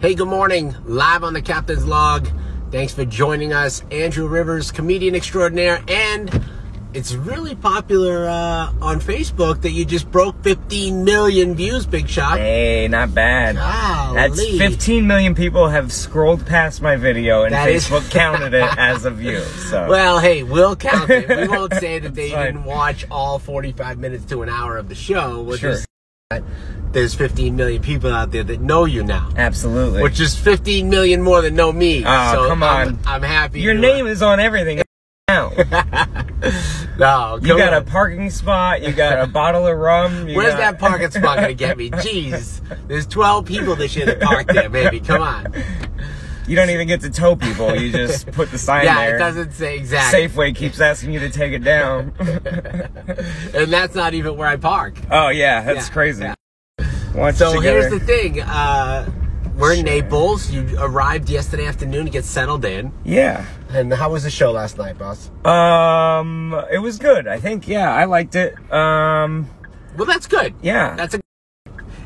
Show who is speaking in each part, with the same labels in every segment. Speaker 1: Hey, good morning. Live on the Captain's Log. Thanks for joining us. Andrew Rivers, comedian extraordinaire, and it's really popular uh, on Facebook that you just broke 15 million views, Big Shot.
Speaker 2: Hey, not bad.
Speaker 1: Golly.
Speaker 2: That's 15 million people have scrolled past my video, and
Speaker 1: That is-
Speaker 2: Facebook counted it as a view. So
Speaker 1: Well, hey, we'll count it. We won't say that they
Speaker 2: That's fine.
Speaker 1: didn't watch all 45 minutes to an hour of the show. We'll
Speaker 2: Sure.
Speaker 1: just say that there's 15 million people out there that know you now,
Speaker 2: absolutely.
Speaker 1: which is 15 million more than know me.
Speaker 2: Oh,
Speaker 1: so
Speaker 2: come
Speaker 1: I'm-
Speaker 2: on.
Speaker 1: I'm, happy.
Speaker 2: Your
Speaker 1: to, uh,
Speaker 2: name is on everything now.
Speaker 1: No,
Speaker 2: You
Speaker 1: come
Speaker 2: got a
Speaker 1: on.
Speaker 2: parking spot. You got a bottle of rum. You
Speaker 1: Where's that
Speaker 2: got-
Speaker 1: parking spot gonna get me? Jeez, there's 12 people this year that parked there, baby. Come on.
Speaker 2: You don't even get to tow people. You just put the sign
Speaker 1: Yeah,
Speaker 2: there.
Speaker 1: it doesn't say exactly.
Speaker 2: Safeway keeps asking you to take it down.
Speaker 1: And that's not even where I park.
Speaker 2: oh yeah, that's
Speaker 1: Yeah,
Speaker 2: crazy.
Speaker 1: yeah.
Speaker 2: Once
Speaker 1: So
Speaker 2: together.
Speaker 1: here's the thing. Uh, we're in
Speaker 2: Sure.
Speaker 1: Naples. You arrived yesterday afternoon to get settled in.
Speaker 2: yeah.
Speaker 1: And how was the show last night, boss?
Speaker 2: Um, it was good. I think. Yeah, I liked it. Um,
Speaker 1: Well, that's good.
Speaker 2: yeah.
Speaker 1: That's a.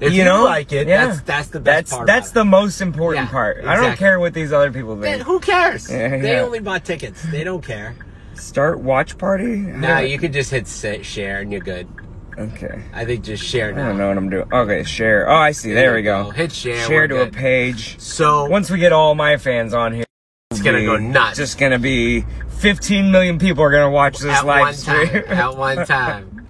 Speaker 1: If you,
Speaker 2: you, know,
Speaker 1: like it,
Speaker 2: yeah.
Speaker 1: that's that's the best
Speaker 2: that's,
Speaker 1: part.
Speaker 2: That's
Speaker 1: about
Speaker 2: the most important
Speaker 1: Yeah,
Speaker 2: part. I don't
Speaker 1: exactly.
Speaker 2: care what these other people
Speaker 1: it. Man,
Speaker 2: think.
Speaker 1: who cares?
Speaker 2: Yeah,
Speaker 1: They
Speaker 2: yeah.
Speaker 1: only bought tickets. They don't care.
Speaker 2: Start watch party.
Speaker 1: No, you could just hit sa- share and you're good.
Speaker 2: Okay.
Speaker 1: I think just share
Speaker 2: I
Speaker 1: now.
Speaker 2: don't know what I'm doing. Okay, share. Oh, I see. There we go.
Speaker 1: Hit share.
Speaker 2: Share
Speaker 1: we're
Speaker 2: to a
Speaker 1: good.
Speaker 2: page.
Speaker 1: So
Speaker 2: Once we get all my fans on here,
Speaker 1: it's gonna go nuts.
Speaker 2: Just gonna be 15 million people are gonna watch this
Speaker 1: at
Speaker 2: live
Speaker 1: one
Speaker 2: stream.
Speaker 1: time. at one time.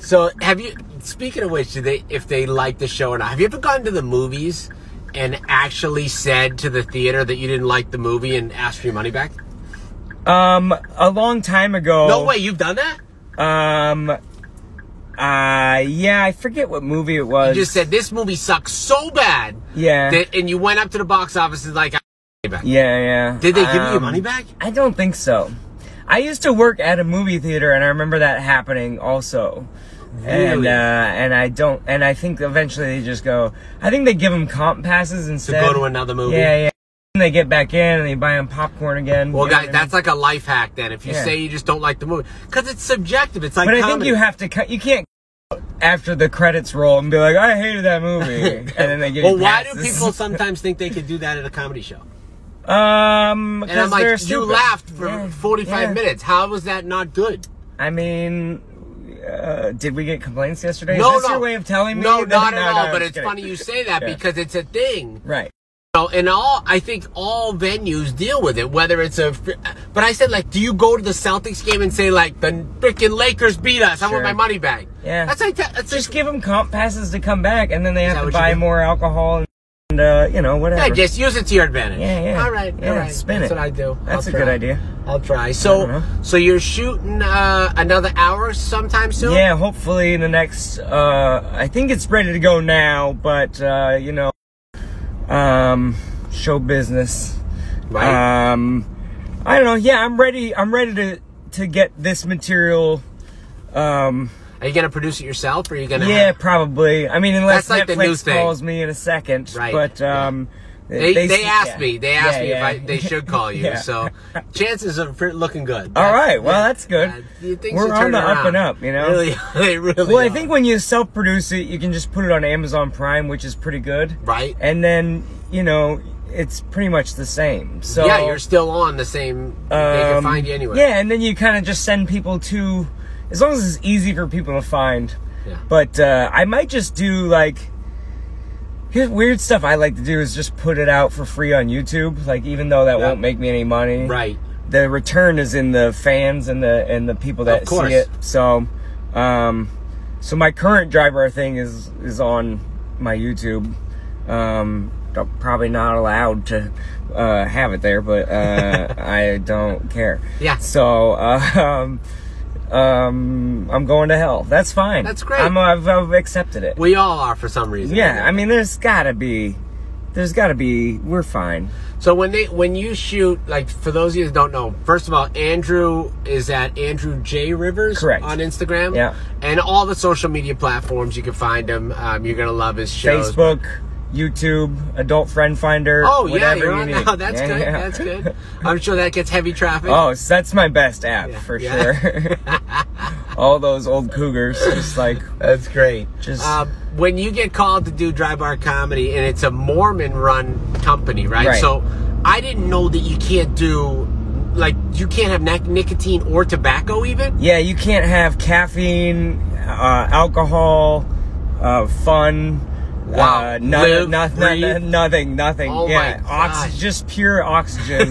Speaker 1: So have you? Speaking of which, do they if they like the show or not? Have you ever gone to the movies and actually said to the theater that you didn't like the movie and asked for your money back?
Speaker 2: um, a long time ago.
Speaker 1: No way, you've done that.
Speaker 2: Um, uh, yeah, I forget what movie it was.
Speaker 1: You just said this movie sucks so bad
Speaker 2: yeah,
Speaker 1: that, and you went up to the box office and like, I money back.
Speaker 2: yeah, yeah.
Speaker 1: Did they give you your
Speaker 2: Um,
Speaker 1: money back?
Speaker 2: I don't think so. I used to work at a movie theater, and I remember that happening also. And
Speaker 1: Really?
Speaker 2: uh, and I don't, and I think eventually they just go. I think they give them comp passes instead.
Speaker 1: go to another movie?
Speaker 2: Yeah, yeah. And they get back in and they buy them popcorn again.
Speaker 1: Well,
Speaker 2: you know
Speaker 1: guys,
Speaker 2: what I mean?
Speaker 1: that's like a life hack. Then, if you
Speaker 2: Yeah.
Speaker 1: say you just don't like the movie, because it's subjective. It's like
Speaker 2: But I think
Speaker 1: comedy.
Speaker 2: you have to cut. You can't after the credits roll and be like, I hated that movie, and then they give.
Speaker 1: Well,
Speaker 2: you
Speaker 1: why do
Speaker 2: passes.
Speaker 1: people sometimes think they could do that at a comedy show?
Speaker 2: Um,
Speaker 1: And I'm
Speaker 2: because they're
Speaker 1: like, you
Speaker 2: stupid.
Speaker 1: laughed for
Speaker 2: Yeah,
Speaker 1: 45
Speaker 2: yeah.
Speaker 1: minutes. How was that not good?
Speaker 2: I mean, uh, did we get complaints yesterday?
Speaker 1: no,
Speaker 2: Is this
Speaker 1: no.
Speaker 2: your way of telling me?
Speaker 1: No, not at all.
Speaker 2: I'm
Speaker 1: but
Speaker 2: just
Speaker 1: it's
Speaker 2: kidding.
Speaker 1: funny you say that
Speaker 2: Yeah.
Speaker 1: because it's a thing.
Speaker 2: Right.
Speaker 1: You know, and all I think all venues deal with it. Whether it's a, but I said like, do you go to the Celtics game and say like the freaking Lakers beat us? I
Speaker 2: Sure.
Speaker 1: want my money back.
Speaker 2: Yeah.
Speaker 1: That's like that- that's
Speaker 2: Just
Speaker 1: just.
Speaker 2: give them comp passes to come back, and then they
Speaker 1: that
Speaker 2: have to
Speaker 1: what you
Speaker 2: buy
Speaker 1: do?
Speaker 2: more alcohol and, and uh, you know whatever.
Speaker 1: Yeah, just use it to your advantage.
Speaker 2: Yeah, yeah.
Speaker 1: All right,
Speaker 2: Yeah,
Speaker 1: all right.
Speaker 2: spin
Speaker 1: That's
Speaker 2: it.
Speaker 1: what I do.
Speaker 2: That's
Speaker 1: I'll
Speaker 2: a good
Speaker 1: try.
Speaker 2: idea. Uh-huh.
Speaker 1: I'll try. So,
Speaker 2: know.
Speaker 1: so you're shooting uh, another hour sometime soon.
Speaker 2: Yeah, hopefully in the next. Uh, I think it's ready to go now, but uh, you know, um, show business.
Speaker 1: Right.
Speaker 2: Um, I don't know. Yeah, I'm ready. I'm ready to to get this material. Um,
Speaker 1: Are you gonna produce it yourself, or are you gonna?
Speaker 2: yeah, probably. I mean, unless
Speaker 1: That's like the new
Speaker 2: Netflix
Speaker 1: thing.
Speaker 2: calls me in a second.
Speaker 1: Right,
Speaker 2: But
Speaker 1: yeah.
Speaker 2: um,
Speaker 1: They, they,
Speaker 2: yeah.
Speaker 1: asked me. They asked
Speaker 2: Yeah,
Speaker 1: me
Speaker 2: yeah.
Speaker 1: if I, they should call you.
Speaker 2: Yeah.
Speaker 1: So chances are pretty- looking good.
Speaker 2: All right. Well, that's good.
Speaker 1: Uh, you think
Speaker 2: We're on the up and up. You know.
Speaker 1: Really, they really.
Speaker 2: Well, I
Speaker 1: are.
Speaker 2: think when you self-produce it, you can just put it on Amazon Prime, which is pretty good.
Speaker 1: Right.
Speaker 2: And then you know, it's pretty much the same. So
Speaker 1: yeah, you're still on the same. they can
Speaker 2: um,
Speaker 1: find you anywhere.
Speaker 2: Yeah, and then you kind of just send people to, as long as it's easy for people to find.
Speaker 1: Yeah.
Speaker 2: But uh, I might just do like. Here's weird stuff I like to do is just put it out for free on YouTube. Like even though that
Speaker 1: Yeah.
Speaker 2: won't make me any money,
Speaker 1: Right.
Speaker 2: the return is in the fans and the and the people that
Speaker 1: Of course.
Speaker 2: see it. So, um, so my current driver thing is is on my YouTube. Um, I'm probably not allowed to uh, have it there, but uh, I don't care.
Speaker 1: Yeah.
Speaker 2: So, uh, um, um, I'm going to hell. That's fine.
Speaker 1: That's great.
Speaker 2: I'm, I've, I've accepted it.
Speaker 1: We all are for some reason.
Speaker 2: yeah. I mean, there's gotta be, there's gotta be. We're fine.
Speaker 1: So when they when you shoot like for those of you that don't know, first of all, Andrew is at Andrew J Rivers
Speaker 2: Correct.
Speaker 1: on Instagram.
Speaker 2: Yeah.
Speaker 1: And all the social media platforms you can find him. Um, you're gonna love his shows.
Speaker 2: Facebook, YouTube, Adult Friend Finder.
Speaker 1: Oh yeah,
Speaker 2: whatever
Speaker 1: you're
Speaker 2: you
Speaker 1: on
Speaker 2: need.
Speaker 1: now. That's
Speaker 2: Yeah,
Speaker 1: good.
Speaker 2: yeah.
Speaker 1: That's good. I'm sure that gets heavy traffic.
Speaker 2: Oh, so that's my best app
Speaker 1: Yeah,
Speaker 2: for
Speaker 1: yeah.
Speaker 2: sure. all those old cougars. Just like
Speaker 1: That's great.
Speaker 2: Just-
Speaker 1: um, when you get called to do dry bar comedy, and it's a Mormon-run company, right?
Speaker 2: Right.
Speaker 1: So I didn't know that you can't do like you can't have nic- nicotine or tobacco even.
Speaker 2: yeah, you can't have caffeine, uh, alcohol, uh, fun.
Speaker 1: Wow.
Speaker 2: Uh, no-
Speaker 1: Live,
Speaker 2: no- no-
Speaker 1: breathe.
Speaker 2: nothing, nothing.
Speaker 1: Oh my
Speaker 2: yeah,
Speaker 1: God.
Speaker 2: Ox- just pure oxygen.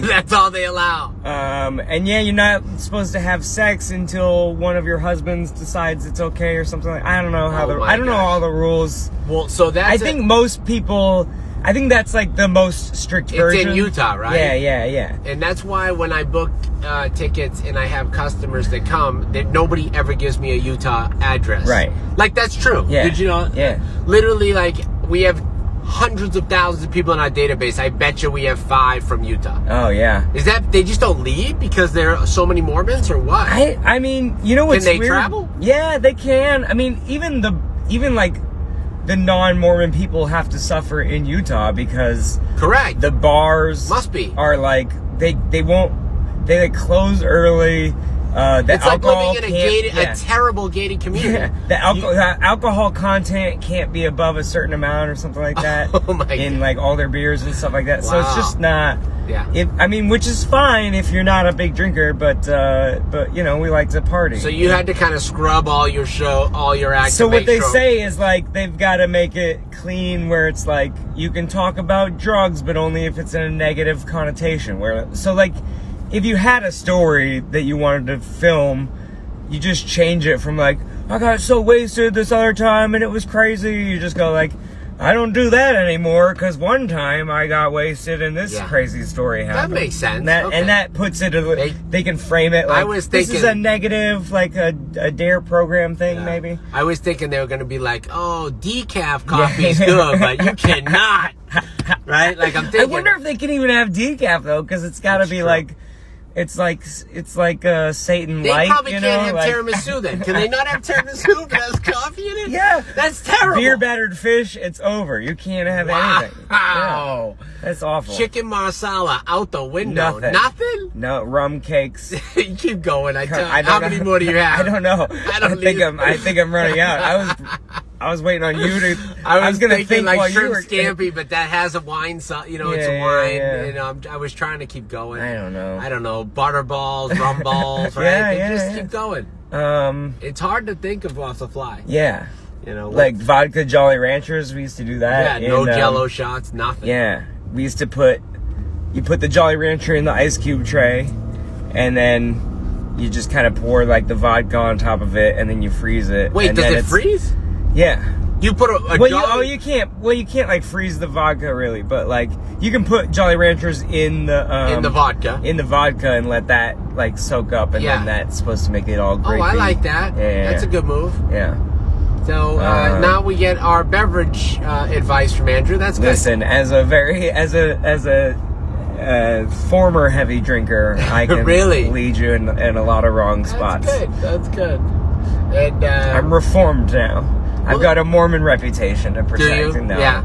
Speaker 1: That's all they allow.
Speaker 2: Um, and yeah, you're not supposed to have sex until one of your husbands decides it's okay or something. Like, I don't know how
Speaker 1: Oh
Speaker 2: the
Speaker 1: my
Speaker 2: I don't know
Speaker 1: gosh.
Speaker 2: all the rules.
Speaker 1: Well, so that's
Speaker 2: I
Speaker 1: a-
Speaker 2: think most people. I think that's like the most strict
Speaker 1: It's in
Speaker 2: version.
Speaker 1: Utah, right?
Speaker 2: Yeah, yeah, yeah.
Speaker 1: and that's why when I book uh, tickets and I have customers that come, that nobody ever gives me a Utah address.
Speaker 2: Right.
Speaker 1: Like that's true.
Speaker 2: Yeah.
Speaker 1: Did you know?
Speaker 2: Yeah.
Speaker 1: Literally, like we have hundreds of thousands of people in our database. I bet you we have five from Utah.
Speaker 2: Oh yeah.
Speaker 1: Is that they just don't leave because there are so many Mormons or what?
Speaker 2: I I mean, you know what's
Speaker 1: they
Speaker 2: weird?
Speaker 1: travel?
Speaker 2: Yeah, they can. I mean, even the even like the non-Mormon people have to suffer in Utah because
Speaker 1: Correct.
Speaker 2: the bars
Speaker 1: Must be.
Speaker 2: are like they they won't they like close early. Uh, the
Speaker 1: it's like
Speaker 2: alcohol
Speaker 1: living in a
Speaker 2: can't-
Speaker 1: gated,
Speaker 2: yeah.
Speaker 1: a terrible gated community.
Speaker 2: Yeah, the, alco-
Speaker 1: You-
Speaker 2: the alcohol content can't be above a certain amount or something like that.
Speaker 1: Oh my
Speaker 2: In
Speaker 1: God.
Speaker 2: like all their beers and stuff like that. So
Speaker 1: Wow.
Speaker 2: it's just not.
Speaker 1: Yeah.
Speaker 2: If, I mean, which is fine if you're not a big drinker, but uh, but you know we like to party.
Speaker 1: so you had to kind of scrub all your show, all your acts.
Speaker 2: So
Speaker 1: to
Speaker 2: what
Speaker 1: make
Speaker 2: they
Speaker 1: sure-
Speaker 2: say is like they've got to make it clean, where it's like you can talk about drugs, but only if it's in a negative connotation. Where so like if you had a story that you wanted to film, you just change it from like I got so wasted this other time and it was crazy. You just go like I don't do that anymore because one time I got wasted and this
Speaker 1: Yeah.
Speaker 2: crazy story happened.
Speaker 1: makes sense.
Speaker 2: And that,
Speaker 1: Okay.
Speaker 2: and that puts it. A,
Speaker 1: They-
Speaker 2: they, can frame it. Like,
Speaker 1: I was
Speaker 2: this is a
Speaker 1: thinking-
Speaker 2: negative, like a, a dare program thing,
Speaker 1: Yeah.
Speaker 2: maybe.
Speaker 1: I was thinking they were going to be like, oh, decaf coffee's good, but you cannot. Right? Like, I'm
Speaker 2: I
Speaker 1: thinking.
Speaker 2: wonder if they can even have decaf though, because it's got to
Speaker 1: That's
Speaker 2: be
Speaker 1: true.
Speaker 2: like, it's like it's like uh, Satan
Speaker 1: they
Speaker 2: light.
Speaker 1: probably
Speaker 2: you
Speaker 1: can't
Speaker 2: know?
Speaker 1: have
Speaker 2: like,
Speaker 1: tiramisu then. Can they not have tiramisu that has coffee in it?
Speaker 2: Yeah.
Speaker 1: That's terrible.
Speaker 2: Beer battered fish, it's over. You can't have anything. Yeah.
Speaker 1: Wow.
Speaker 2: That's awful.
Speaker 1: Chicken marsala out the window.
Speaker 2: Nothing.
Speaker 1: Nothing?
Speaker 2: No rum cakes.
Speaker 1: you keep going. I tell
Speaker 2: I don't
Speaker 1: How many
Speaker 2: know.
Speaker 1: more do you have?
Speaker 2: I don't know.
Speaker 1: I don't
Speaker 2: think
Speaker 1: either.
Speaker 2: I'm. I think I'm running out. I was. I was waiting on you to.
Speaker 1: I was,
Speaker 2: gonna
Speaker 1: thinking
Speaker 2: think
Speaker 1: like
Speaker 2: while you
Speaker 1: shrimp
Speaker 2: were
Speaker 1: scampi, but that has a wine, so, you know, it's
Speaker 2: Yeah,
Speaker 1: a
Speaker 2: yeah,
Speaker 1: wine.
Speaker 2: yeah.
Speaker 1: You know, I'm, I was trying to keep going.
Speaker 2: I don't know.
Speaker 1: I don't know. Butter balls, rum balls, right?
Speaker 2: Yeah,
Speaker 1: You
Speaker 2: yeah,
Speaker 1: just
Speaker 2: yeah.
Speaker 1: keep going.
Speaker 2: Um.
Speaker 1: It's hard to think of off the fly.
Speaker 2: Yeah.
Speaker 1: You know,
Speaker 2: Like vodka Jolly Ranchers, we used to do
Speaker 1: yeah,
Speaker 2: that.
Speaker 1: no
Speaker 2: and, um,
Speaker 1: Jello shots, nothing.
Speaker 2: Yeah, we used to put you put the Jolly Rancher in the ice cube tray, and then you just kind of pour like the vodka on top of it, and then you freeze it.
Speaker 1: Wait,
Speaker 2: and
Speaker 1: does
Speaker 2: then
Speaker 1: it
Speaker 2: it's-
Speaker 1: freeze?
Speaker 2: Yeah.
Speaker 1: You put a, a
Speaker 2: Well, you,
Speaker 1: Jolly-
Speaker 2: oh, you can't. Well, you can't like freeze the vodka really, but like you can put Jolly Ranchers in the um,
Speaker 1: in the vodka.
Speaker 2: in the vodka and let that like soak up, and
Speaker 1: Yeah.
Speaker 2: then that's supposed to make it all.
Speaker 1: oh,
Speaker 2: Grapey.
Speaker 1: I like that.
Speaker 2: Yeah, yeah,
Speaker 1: That's a
Speaker 2: yeah.
Speaker 1: good move.
Speaker 2: Yeah.
Speaker 1: So uh,
Speaker 2: Uh,
Speaker 1: now we get our beverage uh, advice from Andrew. That's good.
Speaker 2: Listen, as a very as a as a uh, former heavy drinker, I can
Speaker 1: Really?
Speaker 2: lead you in, in a lot of wrong spots.
Speaker 1: That's good. That's good. And uh,
Speaker 2: I'm reformed now. I've
Speaker 1: Well-
Speaker 2: got a Mormon reputation to protect.
Speaker 1: you?
Speaker 2: No.
Speaker 1: Yeah.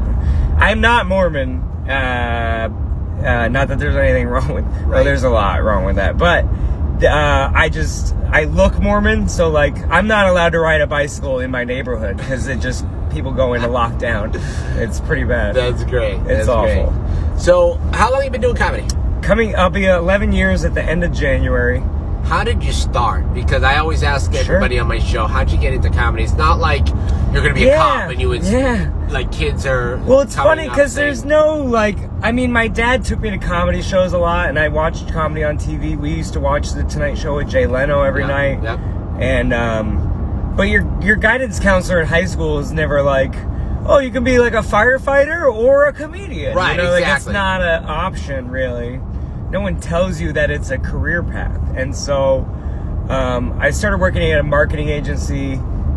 Speaker 2: I'm not Mormon. Uh, uh, not that there's anything wrong with.
Speaker 1: Right.
Speaker 2: Well, there's a lot wrong with that, but. Uh, I just I look Mormon, so like I'm not allowed to ride a bicycle in my neighborhood because it just people go into lockdown. It's pretty bad.
Speaker 1: That's great.
Speaker 2: It's
Speaker 1: That's
Speaker 2: awful.
Speaker 1: great. So, how long you been doing comedy?
Speaker 2: Coming, I'll be 11 years at the end of January.
Speaker 1: How did you start? Because I always ask
Speaker 2: Sure.
Speaker 1: everybody on my show, how'd you get into comedy? It's not like you're gonna be a cop and you would,
Speaker 2: yeah.
Speaker 1: like kids are.
Speaker 2: Well, it's
Speaker 1: coming
Speaker 2: funny
Speaker 1: up
Speaker 2: because
Speaker 1: saying-
Speaker 2: there's no like. I mean, my dad took me to comedy shows a lot, and I watched comedy on TV. We used to watch the Tonight Show with Jay Leno every
Speaker 1: Yep,
Speaker 2: night.
Speaker 1: yep.
Speaker 2: And um, but your your guidance counselor in high school is never like, oh, you can be like a firefighter or a comedian.
Speaker 1: Right,
Speaker 2: You know, like it's
Speaker 1: exactly.
Speaker 2: not an option really. No one tells you that it's a career path, and so um, I started working at a marketing agency,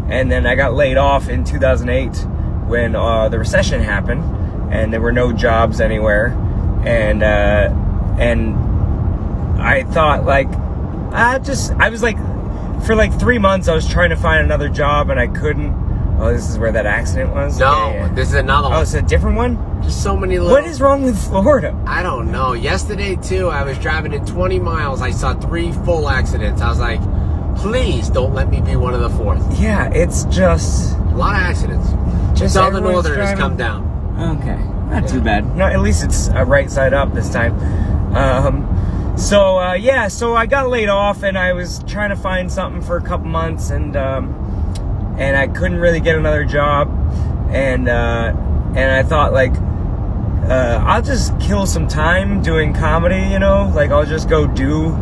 Speaker 2: and then I got laid off in 2008 when uh, the recession happened, and there were no jobs anywhere, and uh, and I thought like I just I was like for like three months I was trying to find another job and I couldn't. Oh, this is where that accident was.
Speaker 1: No,
Speaker 2: Yeah, yeah.
Speaker 1: this is another
Speaker 2: Oh,
Speaker 1: one.
Speaker 2: it's a different one.
Speaker 1: Just so many little.
Speaker 2: What is wrong with Florida?
Speaker 1: I don't know. Yesterday too, I was driving in 20 miles. I saw three full accidents. I was like, Please don't let me be one of the fourth.
Speaker 2: Yeah, it's just.
Speaker 1: A lot of accidents.
Speaker 2: Just
Speaker 1: Just all the
Speaker 2: everyone's
Speaker 1: northerners
Speaker 2: driving-
Speaker 1: come down.
Speaker 2: Okay, not too bad. No, at least it's uh, right side up this time. Um, so uh, yeah, so I got laid off, and I was trying to find something for a couple months, and um, and I couldn't really get another job, and uh, and I thought like. Uh, I'll just kill some time doing comedy, you know. Like I'll just go do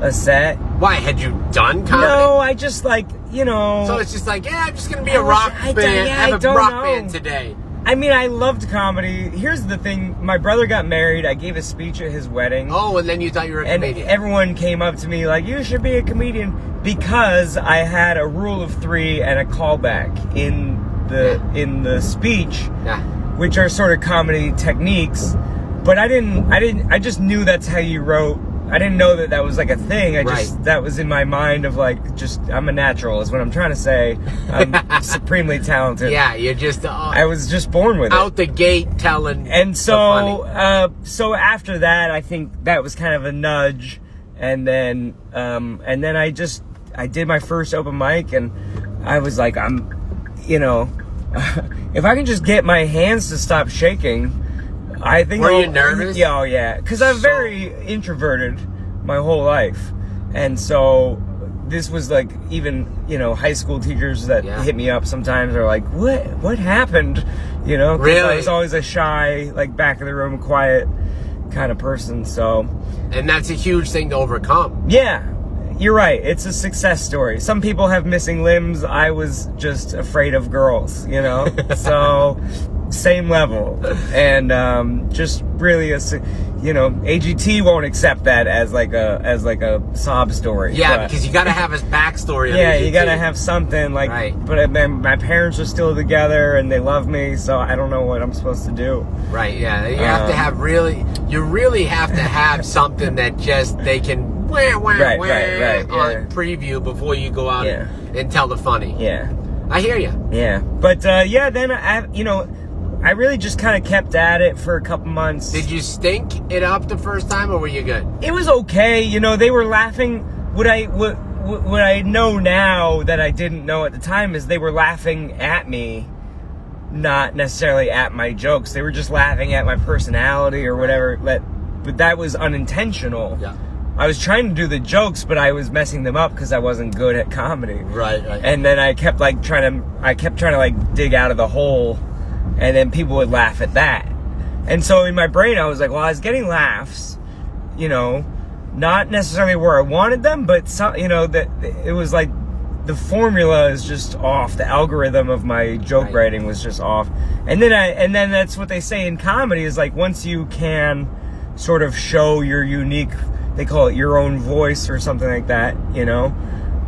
Speaker 2: a set.
Speaker 1: Why had you done comedy?
Speaker 2: No, I just like you know.
Speaker 1: So it's just like, yeah, I'm just gonna be
Speaker 2: I
Speaker 1: a
Speaker 2: wish-
Speaker 1: rock
Speaker 2: Oh, I don't-
Speaker 1: band.
Speaker 2: yeah, I
Speaker 1: have a
Speaker 2: don't
Speaker 1: rock
Speaker 2: know.
Speaker 1: band today.
Speaker 2: I mean, I loved comedy. Here's the thing: my brother got married. I gave a speech at his wedding,
Speaker 1: Oh, and then you thought you were a
Speaker 2: and
Speaker 1: comedian.
Speaker 2: everyone came up to me like, "You should be a comedian," because I had a rule of three and a callback in the in the speech,
Speaker 1: yeah.
Speaker 2: which are sort of comedy techniques. But I didn't. I didn't. I just knew that's how you wrote. I didn't know that that was like a thing. I just
Speaker 1: Right.
Speaker 2: that was in my mind of like just I'm a natural is what I'm trying to say. I'm supremely talented.
Speaker 1: yeah, you're just uh,
Speaker 2: I was just born with it.
Speaker 1: out the gate telling.
Speaker 2: And
Speaker 1: the
Speaker 2: so,
Speaker 1: Mm. funny.
Speaker 2: uh, so after that, I think that was kind of a nudge, and then, um, and then I just I did my first open mic, and I was like, I'm, you know, if I can just get my hands to stop shaking, I think.
Speaker 1: Were you
Speaker 2: I'll-
Speaker 1: nervous?
Speaker 2: Yeah, oh yeah, because I'm
Speaker 1: So-
Speaker 2: very introverted my whole life, and so this was like even you know high school teachers that
Speaker 1: Yeah.
Speaker 2: hit me up sometimes are like, what what happened, you know? 'Cause I
Speaker 1: Really?
Speaker 2: was always a shy, like back of the room, quiet kind of person. So,
Speaker 1: and that's a huge thing to overcome.
Speaker 2: yeah, you're right. It's a success story. Some people have missing limbs. I was just afraid of girls, you know? so, same level. And um, just really a. su- You know, AGT won't accept that as like a as like a sob story.
Speaker 1: Yeah,
Speaker 2: but-
Speaker 1: because you got to have his backstory. on
Speaker 2: yeah,
Speaker 1: YouTube.
Speaker 2: you gotta have something like.
Speaker 1: Right.
Speaker 2: But then my parents are still together and they love me, so I don't know what I'm supposed to do.
Speaker 1: Right. Yeah, you have to
Speaker 2: Um,
Speaker 1: have really. You really have to have something that just they can. Wah, wah,
Speaker 2: Right,
Speaker 1: wah,
Speaker 2: right, right,
Speaker 1: on
Speaker 2: yeah.
Speaker 1: preview before you go out
Speaker 2: Yeah.
Speaker 1: and tell the funny.
Speaker 2: Yeah.
Speaker 1: I hear you.
Speaker 2: Yeah. But uh, yeah, then I, you know, I really just kind of kept at it for a couple months.
Speaker 1: Did you stink it up the first time, or were you good?
Speaker 2: It was okay. You know, they were laughing. What I what what what I know now that I didn't know at the time is they were laughing at me, not necessarily at my jokes. They were just laughing at my personality or whatever. That but that was unintentional.
Speaker 1: Yeah.
Speaker 2: I was trying to do the jokes, but I was messing them up because I wasn't good at comedy
Speaker 1: Right. Right.
Speaker 2: and then I kept like trying to I kept trying to like dig out of the hole and then people would laugh at that. And so in my brain I was like, well, I was getting laughs, you know, not necessarily where I wanted them, but some, you know, that it was like the formula is just off. The algorithm of my joke
Speaker 1: Right.
Speaker 2: writing was just off. And then I and then that's what they say in comedy is like once you can sort of show your unique they call it your own voice or something like that, you know.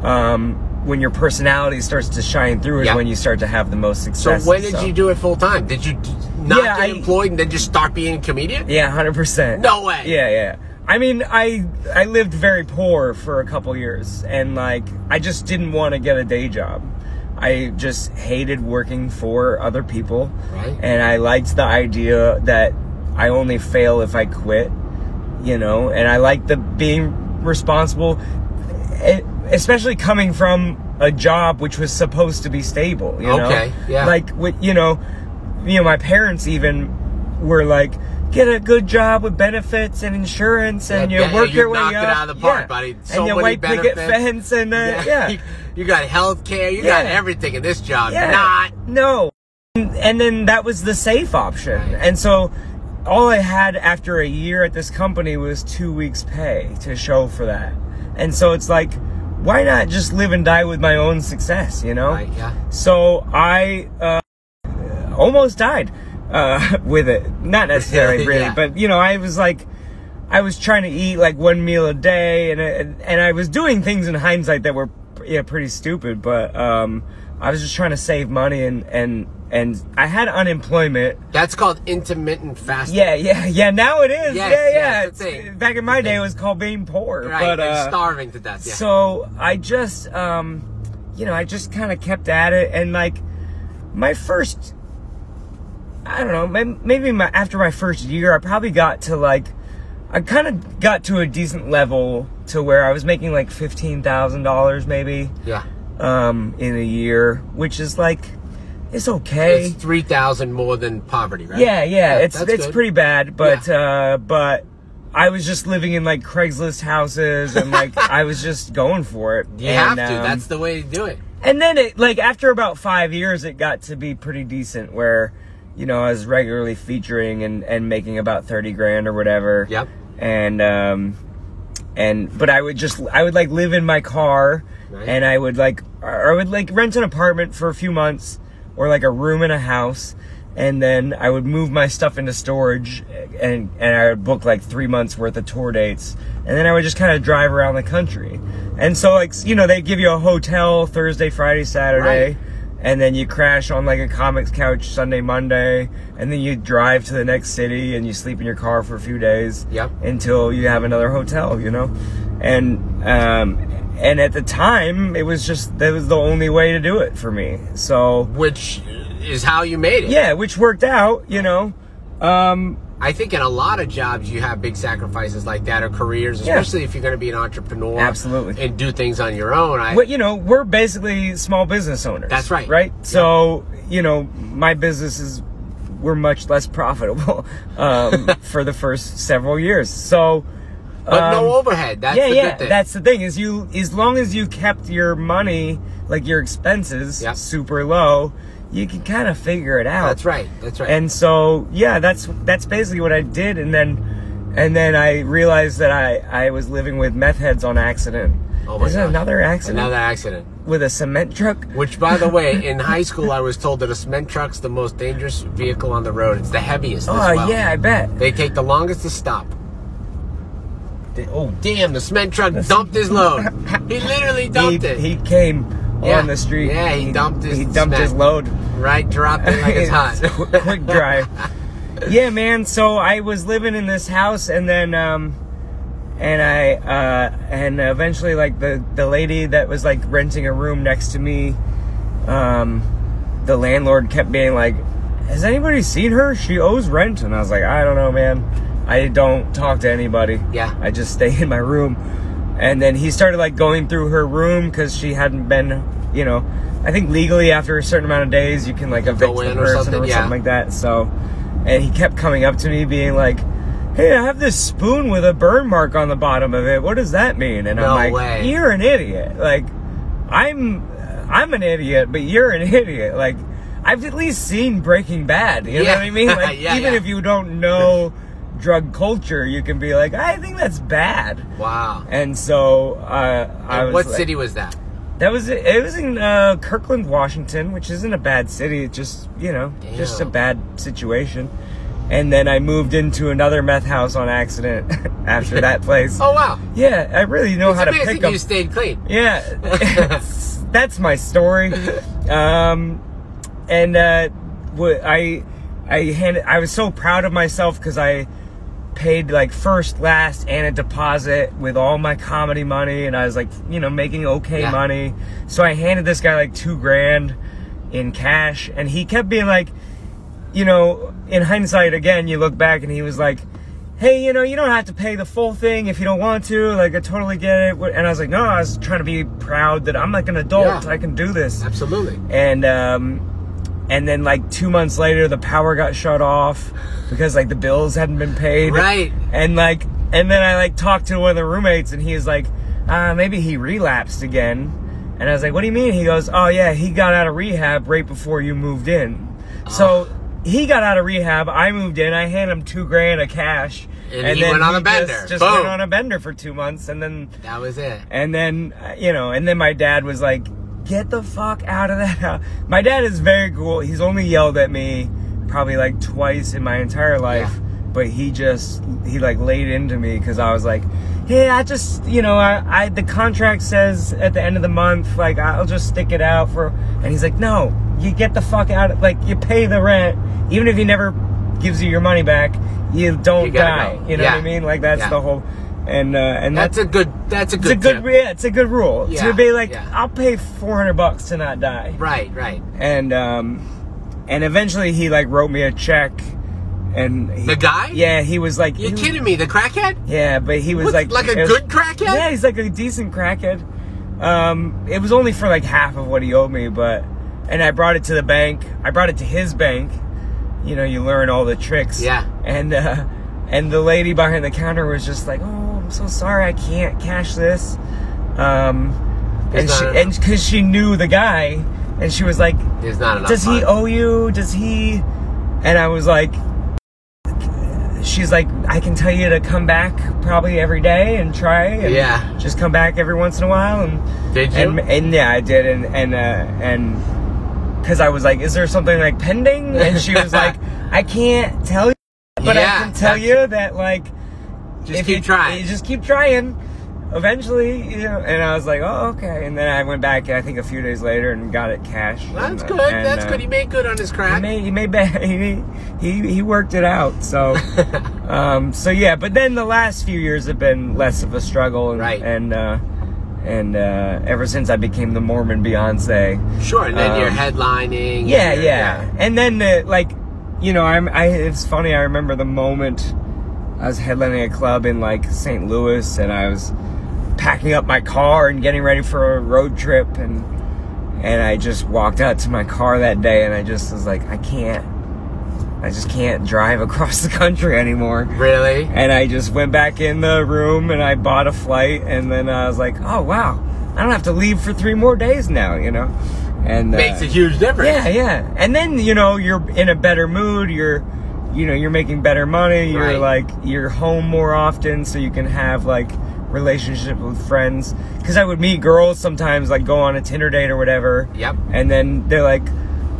Speaker 2: Um, when your personality starts to shine through is
Speaker 1: Yeah.
Speaker 2: when you start to have the most
Speaker 1: So
Speaker 2: success.
Speaker 1: when did
Speaker 2: So-
Speaker 1: you do it full time? Did you d- not
Speaker 2: Yeah,
Speaker 1: get
Speaker 2: I-
Speaker 1: employed and then just start being a comedian?
Speaker 2: Yeah, hundred percent.
Speaker 1: No way.
Speaker 2: Yeah, yeah. I mean, I I lived very poor for a couple years, and like I just didn't want to get a day job. I just hated working for other people,
Speaker 1: Right.
Speaker 2: and I liked the idea that I only fail if I quit, you know. And I liked the being responsible, e- especially coming from a job which was supposed to be stable. You know,
Speaker 1: Okay, yeah.
Speaker 2: Like with you know, you know, my parents even were like, get a good job with benefits and insurance, and
Speaker 1: Yeah,
Speaker 2: you
Speaker 1: yeah,
Speaker 2: work
Speaker 1: you
Speaker 2: your way up.
Speaker 1: knocked it out of the park,
Speaker 2: yeah.
Speaker 1: buddy. So
Speaker 2: and you
Speaker 1: many
Speaker 2: white picket
Speaker 1: benefits.
Speaker 2: fence, and uh, yeah.
Speaker 1: You, you got health care. You got
Speaker 2: Yeah.
Speaker 1: everything in this job.
Speaker 2: Yeah.
Speaker 1: Not.
Speaker 2: No. And, and then that was the safe option.
Speaker 1: Right.
Speaker 2: And so all I had after a year at this company was two weeks' pay to show for that. And so it's like, why not just live and die with my own success, you know?
Speaker 1: Right, yeah.
Speaker 2: So I uh, almost died uh, with it. Not necessarily really,
Speaker 1: Yeah.
Speaker 2: but you know, I was like, I was trying to eat like one meal a day, and and, and I was doing things in hindsight that were yeah pretty stupid, but um, I was just trying to save money and and and I had unemployment.
Speaker 1: That's called intermittent fasting.
Speaker 2: Yeah, yeah, yeah. Now it is.
Speaker 1: Yes,
Speaker 2: yeah,
Speaker 1: yes,
Speaker 2: yeah.
Speaker 1: that's
Speaker 2: It's-
Speaker 1: it.
Speaker 2: Back in my day, it was called being poor.
Speaker 1: Right. and
Speaker 2: But, uh,
Speaker 1: starving to death. Yeah.
Speaker 2: so I just, um, you know, I just kind of kept at it, and like my first, I don't know, may- maybe my, after my first year, I probably got to like, I kind of got to a decent level to where I was making like fifteen thousand dollars maybe
Speaker 1: Yeah.
Speaker 2: um, in a year, which is like it's okay.
Speaker 1: It's 3,000 more than poverty, right?
Speaker 2: yeah, yeah, it's
Speaker 1: that's
Speaker 2: it's
Speaker 1: good.
Speaker 2: pretty bad, but uh, but I was just living in like Craigslist houses and like I was just going for it.
Speaker 1: You
Speaker 2: And,
Speaker 1: have to.
Speaker 2: um,
Speaker 1: That's the way to do it.
Speaker 2: and then it like after about five years it got to be pretty decent where you know i was regularly featuring and and making about 30 grand or whatever
Speaker 1: Yep.
Speaker 2: and um and but i would just i would like live in my car
Speaker 1: Right.
Speaker 2: and i would like or i would like rent an apartment for a few months or like a room in a house and then i would move my stuff into storage and and i would book like three months worth of tour dates and then i would just kind of drive around the country and so like you know they give you a hotel thursday friday saturday
Speaker 1: Right.
Speaker 2: and then you crash on like a comics couch sunday monday and then you drive to the next city and you sleep in your car for a few days
Speaker 1: Yep.
Speaker 2: until you have another hotel, you know? And um and at the time it was just that was the only way to do it for me. So
Speaker 1: Which is how you made it.
Speaker 2: yeah, which worked out, you know. Um
Speaker 1: I think in a lot of jobs you have big sacrifices like that or careers,
Speaker 2: Yeah.
Speaker 1: especially if you're going to be an entrepreneur.
Speaker 2: Absolutely.
Speaker 1: And do things on your own. I,
Speaker 2: but you know, we're basically small business owners.
Speaker 1: That's right.
Speaker 2: Right? So, you know, my business is were much less profitable um, for the first several years. So
Speaker 1: but
Speaker 2: um,
Speaker 1: no overhead. That's
Speaker 2: yeah,
Speaker 1: the
Speaker 2: yeah.
Speaker 1: good thing.
Speaker 2: That's the thing is you as long as you kept your money, like your expenses,
Speaker 1: Yep.
Speaker 2: super low, you can kind of figure it out.
Speaker 1: That's right. That's right.
Speaker 2: And so yeah, that's that's basically what I did, and then and then I realized that I I was living with meth heads on accident.
Speaker 1: Oh my
Speaker 2: Is it
Speaker 1: gosh.
Speaker 2: another accident
Speaker 1: another accident.
Speaker 2: with a cement truck?
Speaker 1: Which, by the way, in high school, I was told that a cement truck's the most dangerous vehicle on the road. It's the heaviest.
Speaker 2: Oh
Speaker 1: as well.
Speaker 2: yeah, I bet.
Speaker 1: They take the longest to stop.
Speaker 2: Oh,
Speaker 1: Damn, the cement truck dumped his load. He literally dumped
Speaker 2: he,
Speaker 1: it.
Speaker 2: he came
Speaker 1: Yeah.
Speaker 2: on the street.
Speaker 1: Yeah, he dumped his
Speaker 2: he dumped his
Speaker 1: cement.
Speaker 2: load.
Speaker 1: right, dropped it like it's hot.
Speaker 2: quick drive. yeah, man. So I was living in this house, and then um, and I uh, and eventually, like the the lady that was like renting a room next to me, um, the landlord kept being like, "Has anybody seen her? She owes rent." And I was like, "I don't know, man. I don't talk to anybody.
Speaker 1: Yeah.
Speaker 2: I just stay in my room." And then he started like going through her room because she hadn't been, you know, I think legally after a certain amount of days you can like evict
Speaker 1: go
Speaker 2: the
Speaker 1: in or
Speaker 2: person or
Speaker 1: something,
Speaker 2: something,
Speaker 1: yeah.
Speaker 2: like that. So, and he kept coming up to me being like, "Hey, I have this spoon with a burn mark on the bottom of it. What does that mean?" And
Speaker 1: No
Speaker 2: I'm like,
Speaker 1: way.
Speaker 2: "You're an idiot. Like, I'm, I'm an idiot, but you're an idiot. Like, I've at least seen Breaking Bad. You know
Speaker 1: Yeah.
Speaker 2: what I mean? Like,
Speaker 1: Yeah,
Speaker 2: even
Speaker 1: yeah.
Speaker 2: if you don't know drug culture, you can be like, I think that's bad."
Speaker 1: Wow.
Speaker 2: And so, uh, I
Speaker 1: And
Speaker 2: was
Speaker 1: what
Speaker 2: like-
Speaker 1: city was that?
Speaker 2: that was it. It was in uh, Kirkland, Washington, which isn't a bad city. It's just you know, just a
Speaker 1: Damn.
Speaker 2: bad situation. And then I moved into another meth house on accident after that place.
Speaker 1: Oh wow.
Speaker 2: Yeah, I really know
Speaker 1: It's
Speaker 2: how to
Speaker 1: amazing
Speaker 2: pick up.
Speaker 1: you stayed clean.
Speaker 2: Yeah, that's my story. Um, and uh, wh- I, I handed, I was so proud of myself because I paid like first, last, and a deposit with all my comedy money, and I was like, you know, making okay
Speaker 1: Yeah.
Speaker 2: money. So I handed this guy like two grand in cash, and he kept being like, you know, in hindsight, again, you look back and he was like, hey, you know, you don't have to pay the full thing if you don't want to. Like, I totally get it. Wh- And I was like, no, I was trying to be proud that I'm like an adult.
Speaker 1: Yeah.
Speaker 2: I can do this.
Speaker 1: Absolutely.
Speaker 2: And, um, and then like two months later, the power got shut off because like the bills hadn't been paid.
Speaker 1: Right.
Speaker 2: And like, and then I like talked to one of the roommates and he was like, uh, maybe he relapsed again. And I was like, what do you mean? He goes, oh yeah, he got out of rehab right before you moved in. So he got out of rehab. I moved in. I handed him two grand of cash.
Speaker 1: And he went on a
Speaker 2: just-
Speaker 1: bender.
Speaker 2: Just,
Speaker 1: Boom.
Speaker 2: went on a bender for two months. And then,
Speaker 1: That was it.
Speaker 2: and then, uh, you know, and then my dad was like, get the fuck out of that house. My dad is very cool. He's only yelled at me probably like twice in my entire life,
Speaker 1: Yeah.
Speaker 2: but he just, he like laid into me because I was like, yeah, I just, you know, I, I, the contract says at the end of the month, like, I'll just stick it out for, and he's like, no, you get the fuck out of, like, you pay the rent, even if he never gives you your money back, you don't
Speaker 1: You
Speaker 2: die.
Speaker 1: gotta go.
Speaker 2: You know
Speaker 1: Yeah.
Speaker 2: what I mean? Like, that's
Speaker 1: Yeah.
Speaker 2: the whole, and, uh, and
Speaker 1: That's a good. That's a good.
Speaker 2: it's a good
Speaker 1: tip.
Speaker 2: yeah, it's a good rule
Speaker 1: Yeah,
Speaker 2: to be like
Speaker 1: yeah.
Speaker 2: I'll pay 400 bucks to not die
Speaker 1: right. Right.
Speaker 2: and um and eventually he like wrote me a check and he,
Speaker 1: The guy?
Speaker 2: Yeah, he was like,
Speaker 1: You're
Speaker 2: he-
Speaker 1: kidding me, the crackhead?
Speaker 2: Yeah, but he was
Speaker 1: What,
Speaker 2: like,
Speaker 1: like a
Speaker 2: it was-
Speaker 1: good crackhead?
Speaker 2: Yeah, he's like a decent crackhead. Um, it was only for like half of what he owed me, but and I brought it to the bank. I brought it to his bank. You know, you learn all the tricks.
Speaker 1: Yeah.
Speaker 2: And uh, and the lady behind the counter was just like, "Oh, I'm so sorry, I can't cash this." Um, and
Speaker 1: It's
Speaker 2: she
Speaker 1: not
Speaker 2: and because she knew the guy, and she was like,
Speaker 1: There's not enough.
Speaker 2: does he
Speaker 1: money.
Speaker 2: owe you? Does he? And I was like, she's like, I can tell you to come back probably every day and try. And
Speaker 1: Yeah.
Speaker 2: Just come back every once in a while. And
Speaker 1: Did you?
Speaker 2: and, and yeah, I did. And and uh, and because I was like, is there something like pending? And she was like, I can't tell you, but
Speaker 1: Yeah,
Speaker 2: I can tell
Speaker 1: that's-
Speaker 2: you that like
Speaker 1: just
Speaker 2: if
Speaker 1: keep
Speaker 2: you,
Speaker 1: trying.
Speaker 2: You just keep trying. Eventually, you know, and I was like, "Oh, okay." And then I went back, I think, a few days later, and got it cash. uh,
Speaker 1: That's good. That's good. uh, He made good on his
Speaker 2: He
Speaker 1: crack.
Speaker 2: made he made bad, he, he he worked it out. So um so yeah, but then the last few years have been less of a struggle and
Speaker 1: Right.
Speaker 2: and uh and uh ever since I became the Mormon Beyonce.
Speaker 1: sure, and then you're
Speaker 2: Um,
Speaker 1: headlining. and
Speaker 2: Yeah, yeah.
Speaker 1: you're-
Speaker 2: And then uh, like you know, I'm I it's funny I remember the moment I was headlining a club in like St. Louis and I was packing up my car and getting ready for a road trip and and I just walked out to my car that day and I just was like I can't I just can't drive across the country anymore.
Speaker 1: Really?
Speaker 2: And I just went back in the room and I bought a flight and then I was like, "Oh wow. I don't have to leave for 3 more days now, you know." And uh,
Speaker 1: Makes a huge difference.
Speaker 2: yeah, yeah. And then you know you're in a better mood. You're, you know, you're making better money.
Speaker 1: Right.
Speaker 2: You're like you're home more often, so you can have like relationship with friends. Because I would meet girls sometimes, like go on a Tinder date or whatever.
Speaker 1: Yep.
Speaker 2: And then they're like,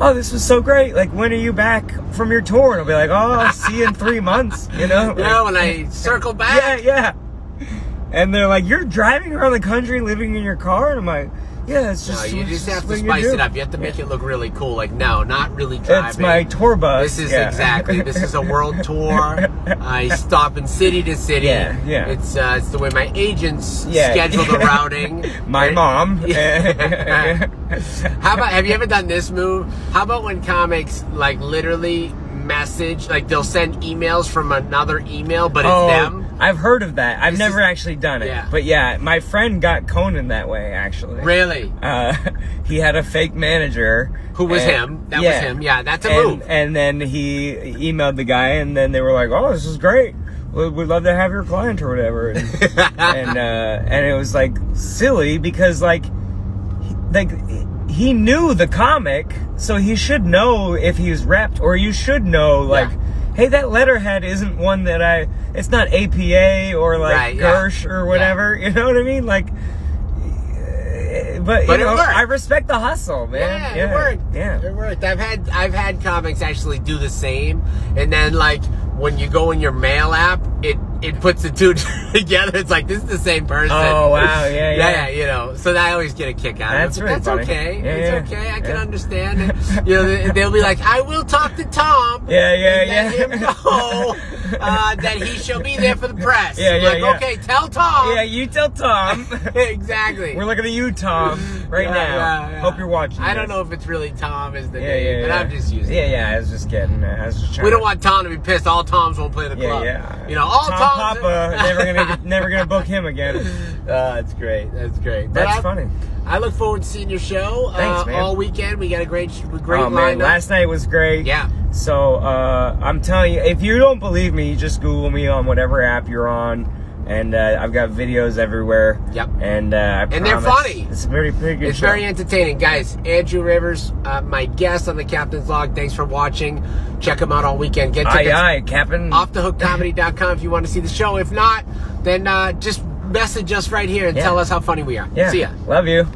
Speaker 2: "Oh, this was so great. Like, when are you back from your tour?" And I'll be like, "Oh, I'll see you in three months." You know.
Speaker 1: You know, when I circle back,
Speaker 2: Yeah, yeah. And they're like, "You're driving around the country, living in your car," and I'm like, "Yeah, it's
Speaker 1: No,
Speaker 2: just
Speaker 1: you
Speaker 2: it's
Speaker 1: just have to
Speaker 2: what you
Speaker 1: spice
Speaker 2: do."
Speaker 1: it up. You have to make it look really cool. Like, no, not really driving.
Speaker 2: It's my tour bus.
Speaker 1: This is
Speaker 2: yeah.
Speaker 1: exactly. This is a world tour. I stop in city to city.
Speaker 2: Yeah, yeah.
Speaker 1: It's uh, it's the way my agents
Speaker 2: Yeah.
Speaker 1: schedule the routing.
Speaker 2: my
Speaker 1: Right?
Speaker 2: mom.
Speaker 1: Yeah. How about have you ever done this move? How about when comics like literally message like they'll send emails from another email, but it's
Speaker 2: Oh,
Speaker 1: them.
Speaker 2: I've heard of that. I've
Speaker 1: This
Speaker 2: never
Speaker 1: is-
Speaker 2: actually done it.
Speaker 1: Yeah.
Speaker 2: But yeah, my friend got Conan that way actually.
Speaker 1: Really?
Speaker 2: Uh, he had a fake manager
Speaker 1: Who was
Speaker 2: and-
Speaker 1: him? That was him. Yeah, that's a
Speaker 2: and,
Speaker 1: move.
Speaker 2: And then he emailed the guy, and then they were like, "Oh, this is great. We- We'd love to have your client or whatever." And and, uh, and it was like silly because like he- like he knew the comic, so he should know if he's repped, or you should know like.
Speaker 1: Yeah.
Speaker 2: Hey, that letterhead isn't one that I. It's not APA or like
Speaker 1: Right, yeah.
Speaker 2: Gersh or whatever. You know what I mean? Like, uh, but,
Speaker 1: But it
Speaker 2: you know,
Speaker 1: worked.
Speaker 2: I respect the hustle, man.
Speaker 1: Yeah, it worked.
Speaker 2: Yeah.
Speaker 1: it worked. I've had I've had comics actually do the same, and then like when you go in your mail app, it it puts the two together. It's like this is the same person.
Speaker 2: Oh, wow. Yeah, yeah.
Speaker 1: you know. So I always get a kick out
Speaker 2: That's
Speaker 1: of it.
Speaker 2: really
Speaker 1: but that's
Speaker 2: funny.
Speaker 1: okay.
Speaker 2: Yeah,
Speaker 1: it's
Speaker 2: yeah.
Speaker 1: okay. I can
Speaker 2: Yeah.
Speaker 1: understand. And, you know, they- they'll be like, I will talk to Tom.
Speaker 2: Yeah, yeah,
Speaker 1: and let
Speaker 2: yeah.
Speaker 1: him know uh, that he shall be there for the press.
Speaker 2: Yeah, yeah,
Speaker 1: Like,
Speaker 2: yeah.
Speaker 1: okay, tell Tom.
Speaker 2: Yeah, you tell Tom.
Speaker 1: exactly.
Speaker 2: We're looking at you, Tom, right
Speaker 1: Yeah,
Speaker 2: now.
Speaker 1: yeah, yeah.
Speaker 2: Hope you're watching.
Speaker 1: I don't
Speaker 2: this.
Speaker 1: know if it's really Tom is the
Speaker 2: Yeah,
Speaker 1: name,
Speaker 2: yeah,
Speaker 1: but
Speaker 2: yeah.
Speaker 1: I'm just using
Speaker 2: Yeah,
Speaker 1: it.
Speaker 2: yeah. I was just getting. I was just trying.
Speaker 1: We don't
Speaker 2: to-
Speaker 1: want Tom to be pissed. All Toms won't play the
Speaker 2: Yeah,
Speaker 1: club.
Speaker 2: yeah.
Speaker 1: You know, all
Speaker 2: Tom
Speaker 1: Toms.
Speaker 2: Papa. never gonna, never gonna book him again.
Speaker 1: Uh, that's great. That's great. But
Speaker 2: That's
Speaker 1: I-
Speaker 2: funny.
Speaker 1: I look forward to seeing your show uh,
Speaker 2: Thanks, man.
Speaker 1: all weekend. We got a great, great
Speaker 2: oh
Speaker 1: lineup.
Speaker 2: man, last night was great.
Speaker 1: Yeah.
Speaker 2: So uh, I'm telling you, if you don't believe me, you just Google me on whatever app you're on, and uh, I've got videos everywhere.
Speaker 1: Yep.
Speaker 2: And uh, I
Speaker 1: And they're
Speaker 2: promise
Speaker 1: funny.
Speaker 2: It's a very, very good
Speaker 1: It's
Speaker 2: show.
Speaker 1: very entertaining, guys. Andrew Rivers, uh, my guest on the Captain's Log. Thanks for watching. Check him out all weekend. Get tickets.
Speaker 2: aye, aye, Captain.
Speaker 1: offthehookcomedy.com if you want to see the show. If not, then uh, just message us right here and
Speaker 2: Yeah.
Speaker 1: tell us how funny we are.
Speaker 2: Yeah.
Speaker 1: See ya.
Speaker 2: Love you.